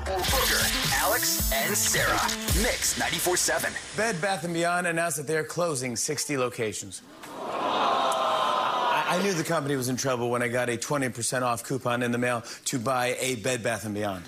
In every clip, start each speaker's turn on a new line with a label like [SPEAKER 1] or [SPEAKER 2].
[SPEAKER 1] Booker, Alex, and Sarah. Mix 94.7.
[SPEAKER 2] Bed Bath & Beyond announced that they're closing 60 locations. I I knew the company was in trouble when I got a 20% off coupon in the mail to buy a Bed Bath & Beyond.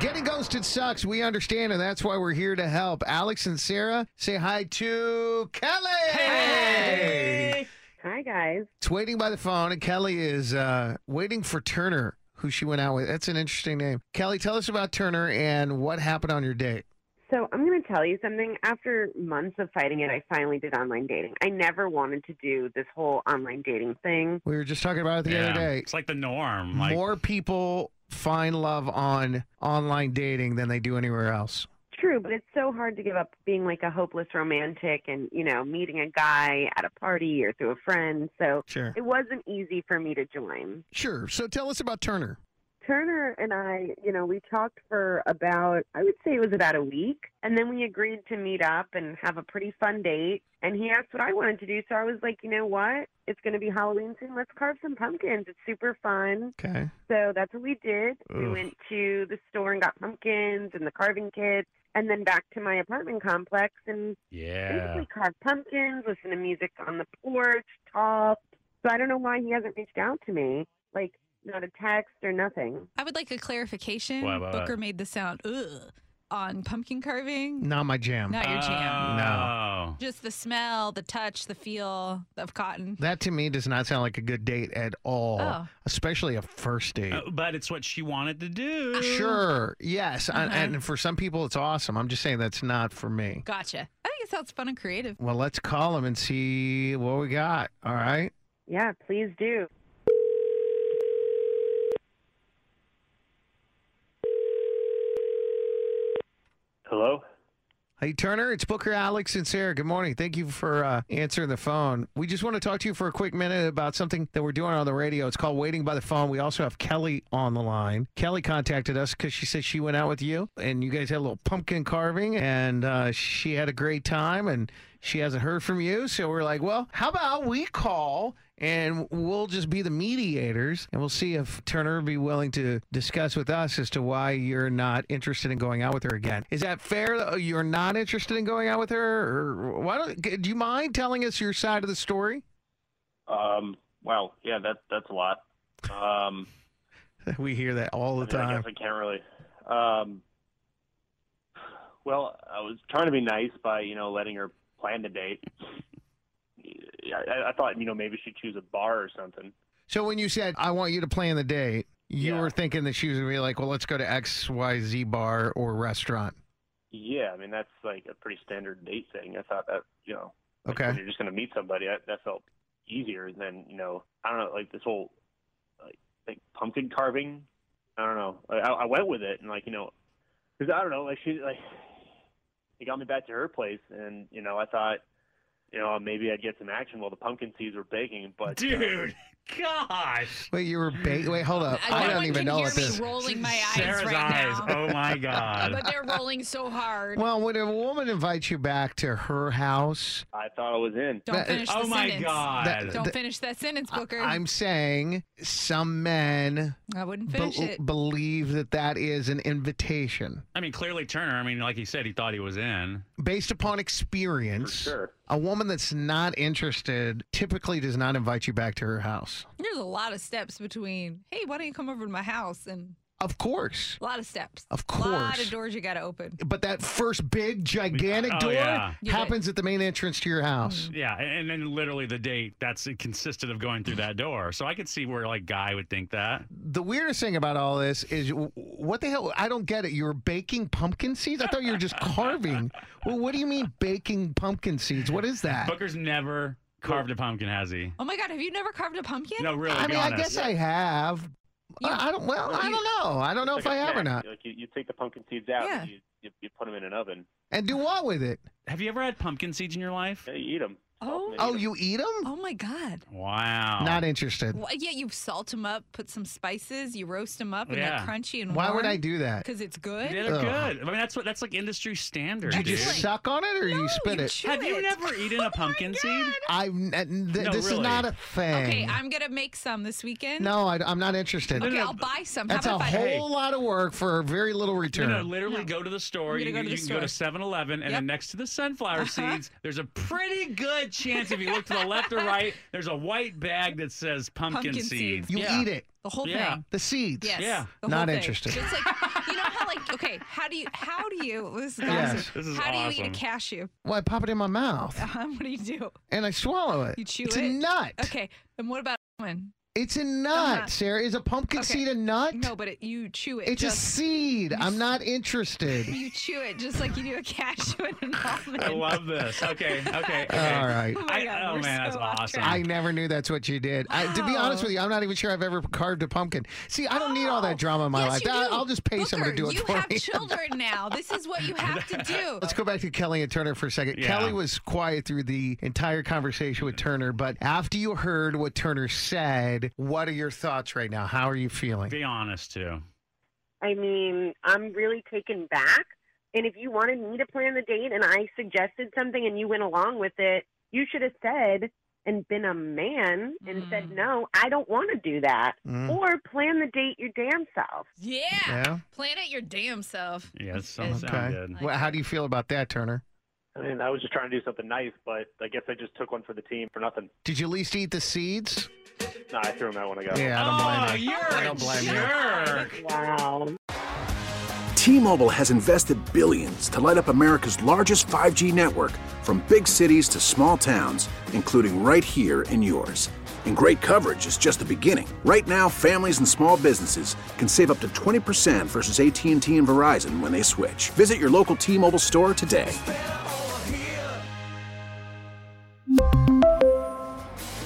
[SPEAKER 3] Getting ghosted sucks. We understand, and that's why we're here to help. Alex and Sarah, say hi to Kelly. Hey.
[SPEAKER 4] Hi, guys.
[SPEAKER 3] It's waiting by the phone, and Kelly is uh, waiting for Turner, who she went out with. That's an interesting name. Kelly, tell us about Turner and what happened on your date.
[SPEAKER 4] So I'm going to tell you something. After months of fighting it, I finally did online dating. I never wanted to do this whole online dating thing.
[SPEAKER 3] We were just talking about it the other day.
[SPEAKER 5] It's like the norm. Like,
[SPEAKER 3] More people find love on online dating than they do anywhere else.
[SPEAKER 4] True, but it's so hard to give up being like a hopeless romantic and, you know, meeting a guy at a party or through a friend. So
[SPEAKER 3] Sure.
[SPEAKER 4] it wasn't easy for me to join.
[SPEAKER 3] Sure. So tell us about Turner.
[SPEAKER 4] Turner and I, you know, we talked for about, I would say it was about a week. And then we agreed to meet up and have a pretty fun date. And he asked what I wanted to do. So I was like, you know what? It's going to be Halloween soon. Let's carve some pumpkins. It's super fun.
[SPEAKER 3] Okay.
[SPEAKER 4] So that's what we did. We
[SPEAKER 3] Ugh.
[SPEAKER 4] went to the store and got pumpkins and the carving kits. And then back to my apartment complex and
[SPEAKER 5] yeah.
[SPEAKER 4] basically carved pumpkins, listen to music on the porch, talk. So I don't know why he hasn't reached out to me. Like, not a text or nothing.
[SPEAKER 6] I would like a clarification.
[SPEAKER 5] What, what, what?
[SPEAKER 6] Booker made the sound ugh on pumpkin carving.
[SPEAKER 3] Not my jam.
[SPEAKER 6] Not your jam.
[SPEAKER 5] No.
[SPEAKER 6] Just the smell, the touch, the feel of cotton.
[SPEAKER 3] That to me does not sound like a good date at all,
[SPEAKER 6] Oh.
[SPEAKER 3] especially a first date.
[SPEAKER 5] Uh, but it's what she wanted to do.
[SPEAKER 3] Sure. Yes. and-
[SPEAKER 6] Uh-huh.
[SPEAKER 3] And for some people, it's awesome. I'm just saying that's not for me.
[SPEAKER 6] Gotcha. I think it sounds fun and creative.
[SPEAKER 3] Well, let's call him and see what we got. All right.
[SPEAKER 4] Yeah, please do.
[SPEAKER 7] Hello?
[SPEAKER 3] Hey, Turner, it's Booker, Alex, and Sarah. Good morning. Thank you for uh, answering the phone. We just want to talk to you for a quick minute about something that we're doing on the radio. It's called Waiting by the Phone. We also have Kelly on the line. Kelly contacted us because she said she went out with you and you guys had a little pumpkin carving and uh, she had a great time and she hasn't heard from you. So we're like, well, how about we call and we'll just be the mediators and we'll see if Turner would be willing to discuss with us as to why you're not interested in going out with her again. Is that fair? that You're not interested in going out with her? Or why don't, do you mind telling us your side of the story?
[SPEAKER 7] Um, wow, yeah, that that's a lot. Um,
[SPEAKER 3] We hear that all the
[SPEAKER 7] I, mean, I
[SPEAKER 3] time.
[SPEAKER 7] guess I can't really. Um, well, I was trying to be nice by you know letting her plan the date. I, I- I thought you know maybe she'd choose a bar or something.
[SPEAKER 3] So when you said, I want you to plan the date, you
[SPEAKER 7] Yeah.
[SPEAKER 3] were thinking that she was going to be like, well, let's go to XYZ bar or restaurant.
[SPEAKER 7] Yeah, I mean that's like a pretty standard date thing. I thought that you know like,
[SPEAKER 3] Okay.
[SPEAKER 7] when you're just gonna meet somebody. That, that felt easier than you know I don't know like this whole like, like pumpkin carving. I don't know. Like, I, I went with it and like you know because I don't know like she like it got me back to her place and you know I thought you know maybe I'd get some action while the pumpkin seeds were baking. But uh,
[SPEAKER 5] Dude, gosh.
[SPEAKER 3] Wait, you were ba- wait, hold up. I,
[SPEAKER 6] no
[SPEAKER 3] don't
[SPEAKER 6] one
[SPEAKER 3] even
[SPEAKER 6] can
[SPEAKER 3] know
[SPEAKER 6] hear
[SPEAKER 3] what
[SPEAKER 6] me
[SPEAKER 3] this.
[SPEAKER 6] rolling my eyes
[SPEAKER 5] Sarah's
[SPEAKER 6] right
[SPEAKER 5] eyes.
[SPEAKER 6] now.
[SPEAKER 5] Oh my
[SPEAKER 6] Uh, But
[SPEAKER 5] God.
[SPEAKER 6] they're rolling so hard.
[SPEAKER 3] Well, when a woman invites you back to her house,
[SPEAKER 7] I thought I was in.
[SPEAKER 6] Don't
[SPEAKER 3] that-
[SPEAKER 6] finish the
[SPEAKER 5] oh my
[SPEAKER 6] sentence.
[SPEAKER 5] God.
[SPEAKER 3] That-
[SPEAKER 6] Don't finish that sentence, Booker.
[SPEAKER 3] I-
[SPEAKER 6] I'm,
[SPEAKER 3] I'm saying some men
[SPEAKER 6] I would not
[SPEAKER 3] be-
[SPEAKER 6] finish it.
[SPEAKER 3] believe that that is an invitation
[SPEAKER 5] I mean, clearly Turner. I mean, like he said, he thought he was in.
[SPEAKER 3] based upon
[SPEAKER 7] For
[SPEAKER 3] experience.
[SPEAKER 7] sure.
[SPEAKER 3] A woman that's not interested typically does not invite you back to her house.
[SPEAKER 6] There's a lot of steps between, hey, why don't you come over to my house? And
[SPEAKER 3] Of course.
[SPEAKER 6] a lot of steps.
[SPEAKER 3] Of
[SPEAKER 6] A lot
[SPEAKER 3] course.
[SPEAKER 6] of doors you got to open.
[SPEAKER 3] But that first big gigantic
[SPEAKER 5] Oh,
[SPEAKER 3] door
[SPEAKER 5] yeah.
[SPEAKER 6] Yeah.
[SPEAKER 3] happens at the main entrance to your house.
[SPEAKER 5] Yeah, and and then literally the date that's it consisted of going through that door. So I could see where like guy would think that.
[SPEAKER 3] The weirdest thing about all this is w- what the hell? I don't get it. You were baking pumpkin seeds? I thought you were just carving. well, what do you mean baking pumpkin seeds? What is that?
[SPEAKER 5] Booker's never carved a pumpkin, has he?
[SPEAKER 6] Oh my God, have you never carved a pumpkin?
[SPEAKER 5] No, really.
[SPEAKER 3] I
[SPEAKER 5] be
[SPEAKER 3] mean, I
[SPEAKER 5] honest.
[SPEAKER 3] guess I have. I, I don't. Well, I
[SPEAKER 7] you-
[SPEAKER 3] don't know. I don't know
[SPEAKER 7] It's
[SPEAKER 3] if
[SPEAKER 7] like
[SPEAKER 3] I
[SPEAKER 7] a
[SPEAKER 3] have or
[SPEAKER 7] snack.
[SPEAKER 3] not.
[SPEAKER 7] Like you, you take the pumpkin seeds out,
[SPEAKER 6] Yeah.
[SPEAKER 7] and you, you you put them in an oven.
[SPEAKER 3] And do what with it?
[SPEAKER 5] Have you ever had pumpkin seeds in your life?
[SPEAKER 7] Yeah, you eat them.
[SPEAKER 6] Oh.
[SPEAKER 3] Oh, you eat them?
[SPEAKER 6] Oh my God. Oh.
[SPEAKER 5] Wow.
[SPEAKER 3] Not interested.
[SPEAKER 6] Well, yeah, you salt them up, put some spices, you roast them up, and
[SPEAKER 5] Yeah.
[SPEAKER 6] they're crunchy and
[SPEAKER 3] Why would I do that?
[SPEAKER 6] Because it's good.
[SPEAKER 5] Yeah, they're
[SPEAKER 3] Ugh.
[SPEAKER 5] good. I mean, that's what that's like industry standard,
[SPEAKER 3] Did you
[SPEAKER 5] dude.
[SPEAKER 6] That's like-
[SPEAKER 3] just suck on it or
[SPEAKER 6] No,
[SPEAKER 3] you spit it?
[SPEAKER 6] chew
[SPEAKER 5] Have you
[SPEAKER 6] it. Oh
[SPEAKER 5] never eaten a pumpkin seed?
[SPEAKER 3] I've. n- n- th-
[SPEAKER 5] No,
[SPEAKER 3] this is
[SPEAKER 5] really.
[SPEAKER 3] not a thing.
[SPEAKER 6] Okay, I'm gonna make some this weekend.
[SPEAKER 3] no, I, am not interested.
[SPEAKER 6] Okay,
[SPEAKER 5] no,
[SPEAKER 6] I'll buy some.
[SPEAKER 3] That's
[SPEAKER 6] How
[SPEAKER 3] a
[SPEAKER 6] about if
[SPEAKER 3] whole lot of work for very little
[SPEAKER 5] No,
[SPEAKER 3] return.
[SPEAKER 5] no, literally go to the store.
[SPEAKER 6] I'm gonna
[SPEAKER 5] You,
[SPEAKER 6] go to
[SPEAKER 5] you
[SPEAKER 6] the
[SPEAKER 5] can go to
[SPEAKER 6] store.
[SPEAKER 5] 7 Eleven, and
[SPEAKER 6] Yep. Uh-huh.
[SPEAKER 5] then next to the sunflower seeds, there's a pretty good chance if you look to the left or right, there's a white bag that says pumpkin,
[SPEAKER 6] Pumpkin seeds.
[SPEAKER 3] You
[SPEAKER 5] Yeah.
[SPEAKER 3] eat it.
[SPEAKER 6] I, the whole
[SPEAKER 5] Yeah.
[SPEAKER 6] thing?
[SPEAKER 3] The seeds.
[SPEAKER 6] Yes.
[SPEAKER 5] Yeah.
[SPEAKER 6] the whole
[SPEAKER 3] Not
[SPEAKER 6] thing.
[SPEAKER 3] interested.
[SPEAKER 6] It's like you know how like okay, how do you how do you this is
[SPEAKER 3] Yes.
[SPEAKER 6] awesome.
[SPEAKER 5] This is
[SPEAKER 6] how do you
[SPEAKER 5] awesome.
[SPEAKER 6] eat a cashew?
[SPEAKER 3] Well, I pop it in my mouth
[SPEAKER 6] Um, what do you do?
[SPEAKER 3] and I swallow it.
[SPEAKER 6] You chew
[SPEAKER 3] it's
[SPEAKER 6] it?
[SPEAKER 3] a nut.
[SPEAKER 6] Okay, and what about one?
[SPEAKER 3] It's a nut,
[SPEAKER 6] Uh-huh.
[SPEAKER 3] Sarah. Is a pumpkin
[SPEAKER 6] Okay.
[SPEAKER 3] seed a nut?
[SPEAKER 6] No, but it, you chew it.
[SPEAKER 3] It's a
[SPEAKER 6] just
[SPEAKER 3] seed. I'm not interested.
[SPEAKER 6] you chew it just like you do a cashew and an almond.
[SPEAKER 5] I love this. Okay, okay, okay.
[SPEAKER 3] All right.
[SPEAKER 6] Oh my
[SPEAKER 5] I-
[SPEAKER 6] God,
[SPEAKER 5] oh,
[SPEAKER 6] we're
[SPEAKER 5] man, that's
[SPEAKER 6] so off
[SPEAKER 5] awesome.
[SPEAKER 6] track.
[SPEAKER 3] I never knew that's what you did. I, to be honest with you, I'm not even sure I've ever carved a pumpkin. See, I don't need all that drama in my
[SPEAKER 6] Yes,
[SPEAKER 3] life.
[SPEAKER 6] you
[SPEAKER 3] I,
[SPEAKER 6] do.
[SPEAKER 3] will just pay
[SPEAKER 6] Booker,
[SPEAKER 3] someone to do it
[SPEAKER 6] you
[SPEAKER 3] for
[SPEAKER 6] have
[SPEAKER 3] me.
[SPEAKER 6] children now. This is what you have to do.
[SPEAKER 3] Let's go back to Kelly and Turner for a second.
[SPEAKER 5] Yeah.
[SPEAKER 3] Kelly was quiet through the entire conversation with Turner, but after you heard what Turner said, what are your thoughts right now? How are you feeling?
[SPEAKER 5] Be honest too.
[SPEAKER 4] I mean, I'm really taken back. And if you wanted me to plan the date and I suggested something and you went along with it, you should have said and been a man and said, no, I don't want to do that.
[SPEAKER 3] Mm.
[SPEAKER 4] Or plan the date your damn self.
[SPEAKER 6] Yeah.
[SPEAKER 3] Yeah?
[SPEAKER 6] Plan it your damn self.
[SPEAKER 5] Yeah, it
[SPEAKER 6] Yes.
[SPEAKER 5] sounds sound
[SPEAKER 3] Okay.
[SPEAKER 5] good.
[SPEAKER 3] Well, how do you feel about that, Turner?
[SPEAKER 7] I mean, I was just trying to do something nice, but I guess I just took one for the team for nothing.
[SPEAKER 3] Did you at least eat the seeds?
[SPEAKER 7] No, I threw them out when I got. home.
[SPEAKER 3] Yeah, I don't
[SPEAKER 5] Oh,
[SPEAKER 3] blame you.
[SPEAKER 5] you're
[SPEAKER 3] I
[SPEAKER 5] a
[SPEAKER 3] don't blame you.
[SPEAKER 5] jerk.
[SPEAKER 4] Wow.
[SPEAKER 8] T-Mobile has invested billions to light up America's largest 5G network from big cities to small towns, including right here in yours. And great coverage is just the beginning. Right now, families and small businesses can save up to 20% versus AT&T and Verizon when they switch. Visit your local T-Mobile store today.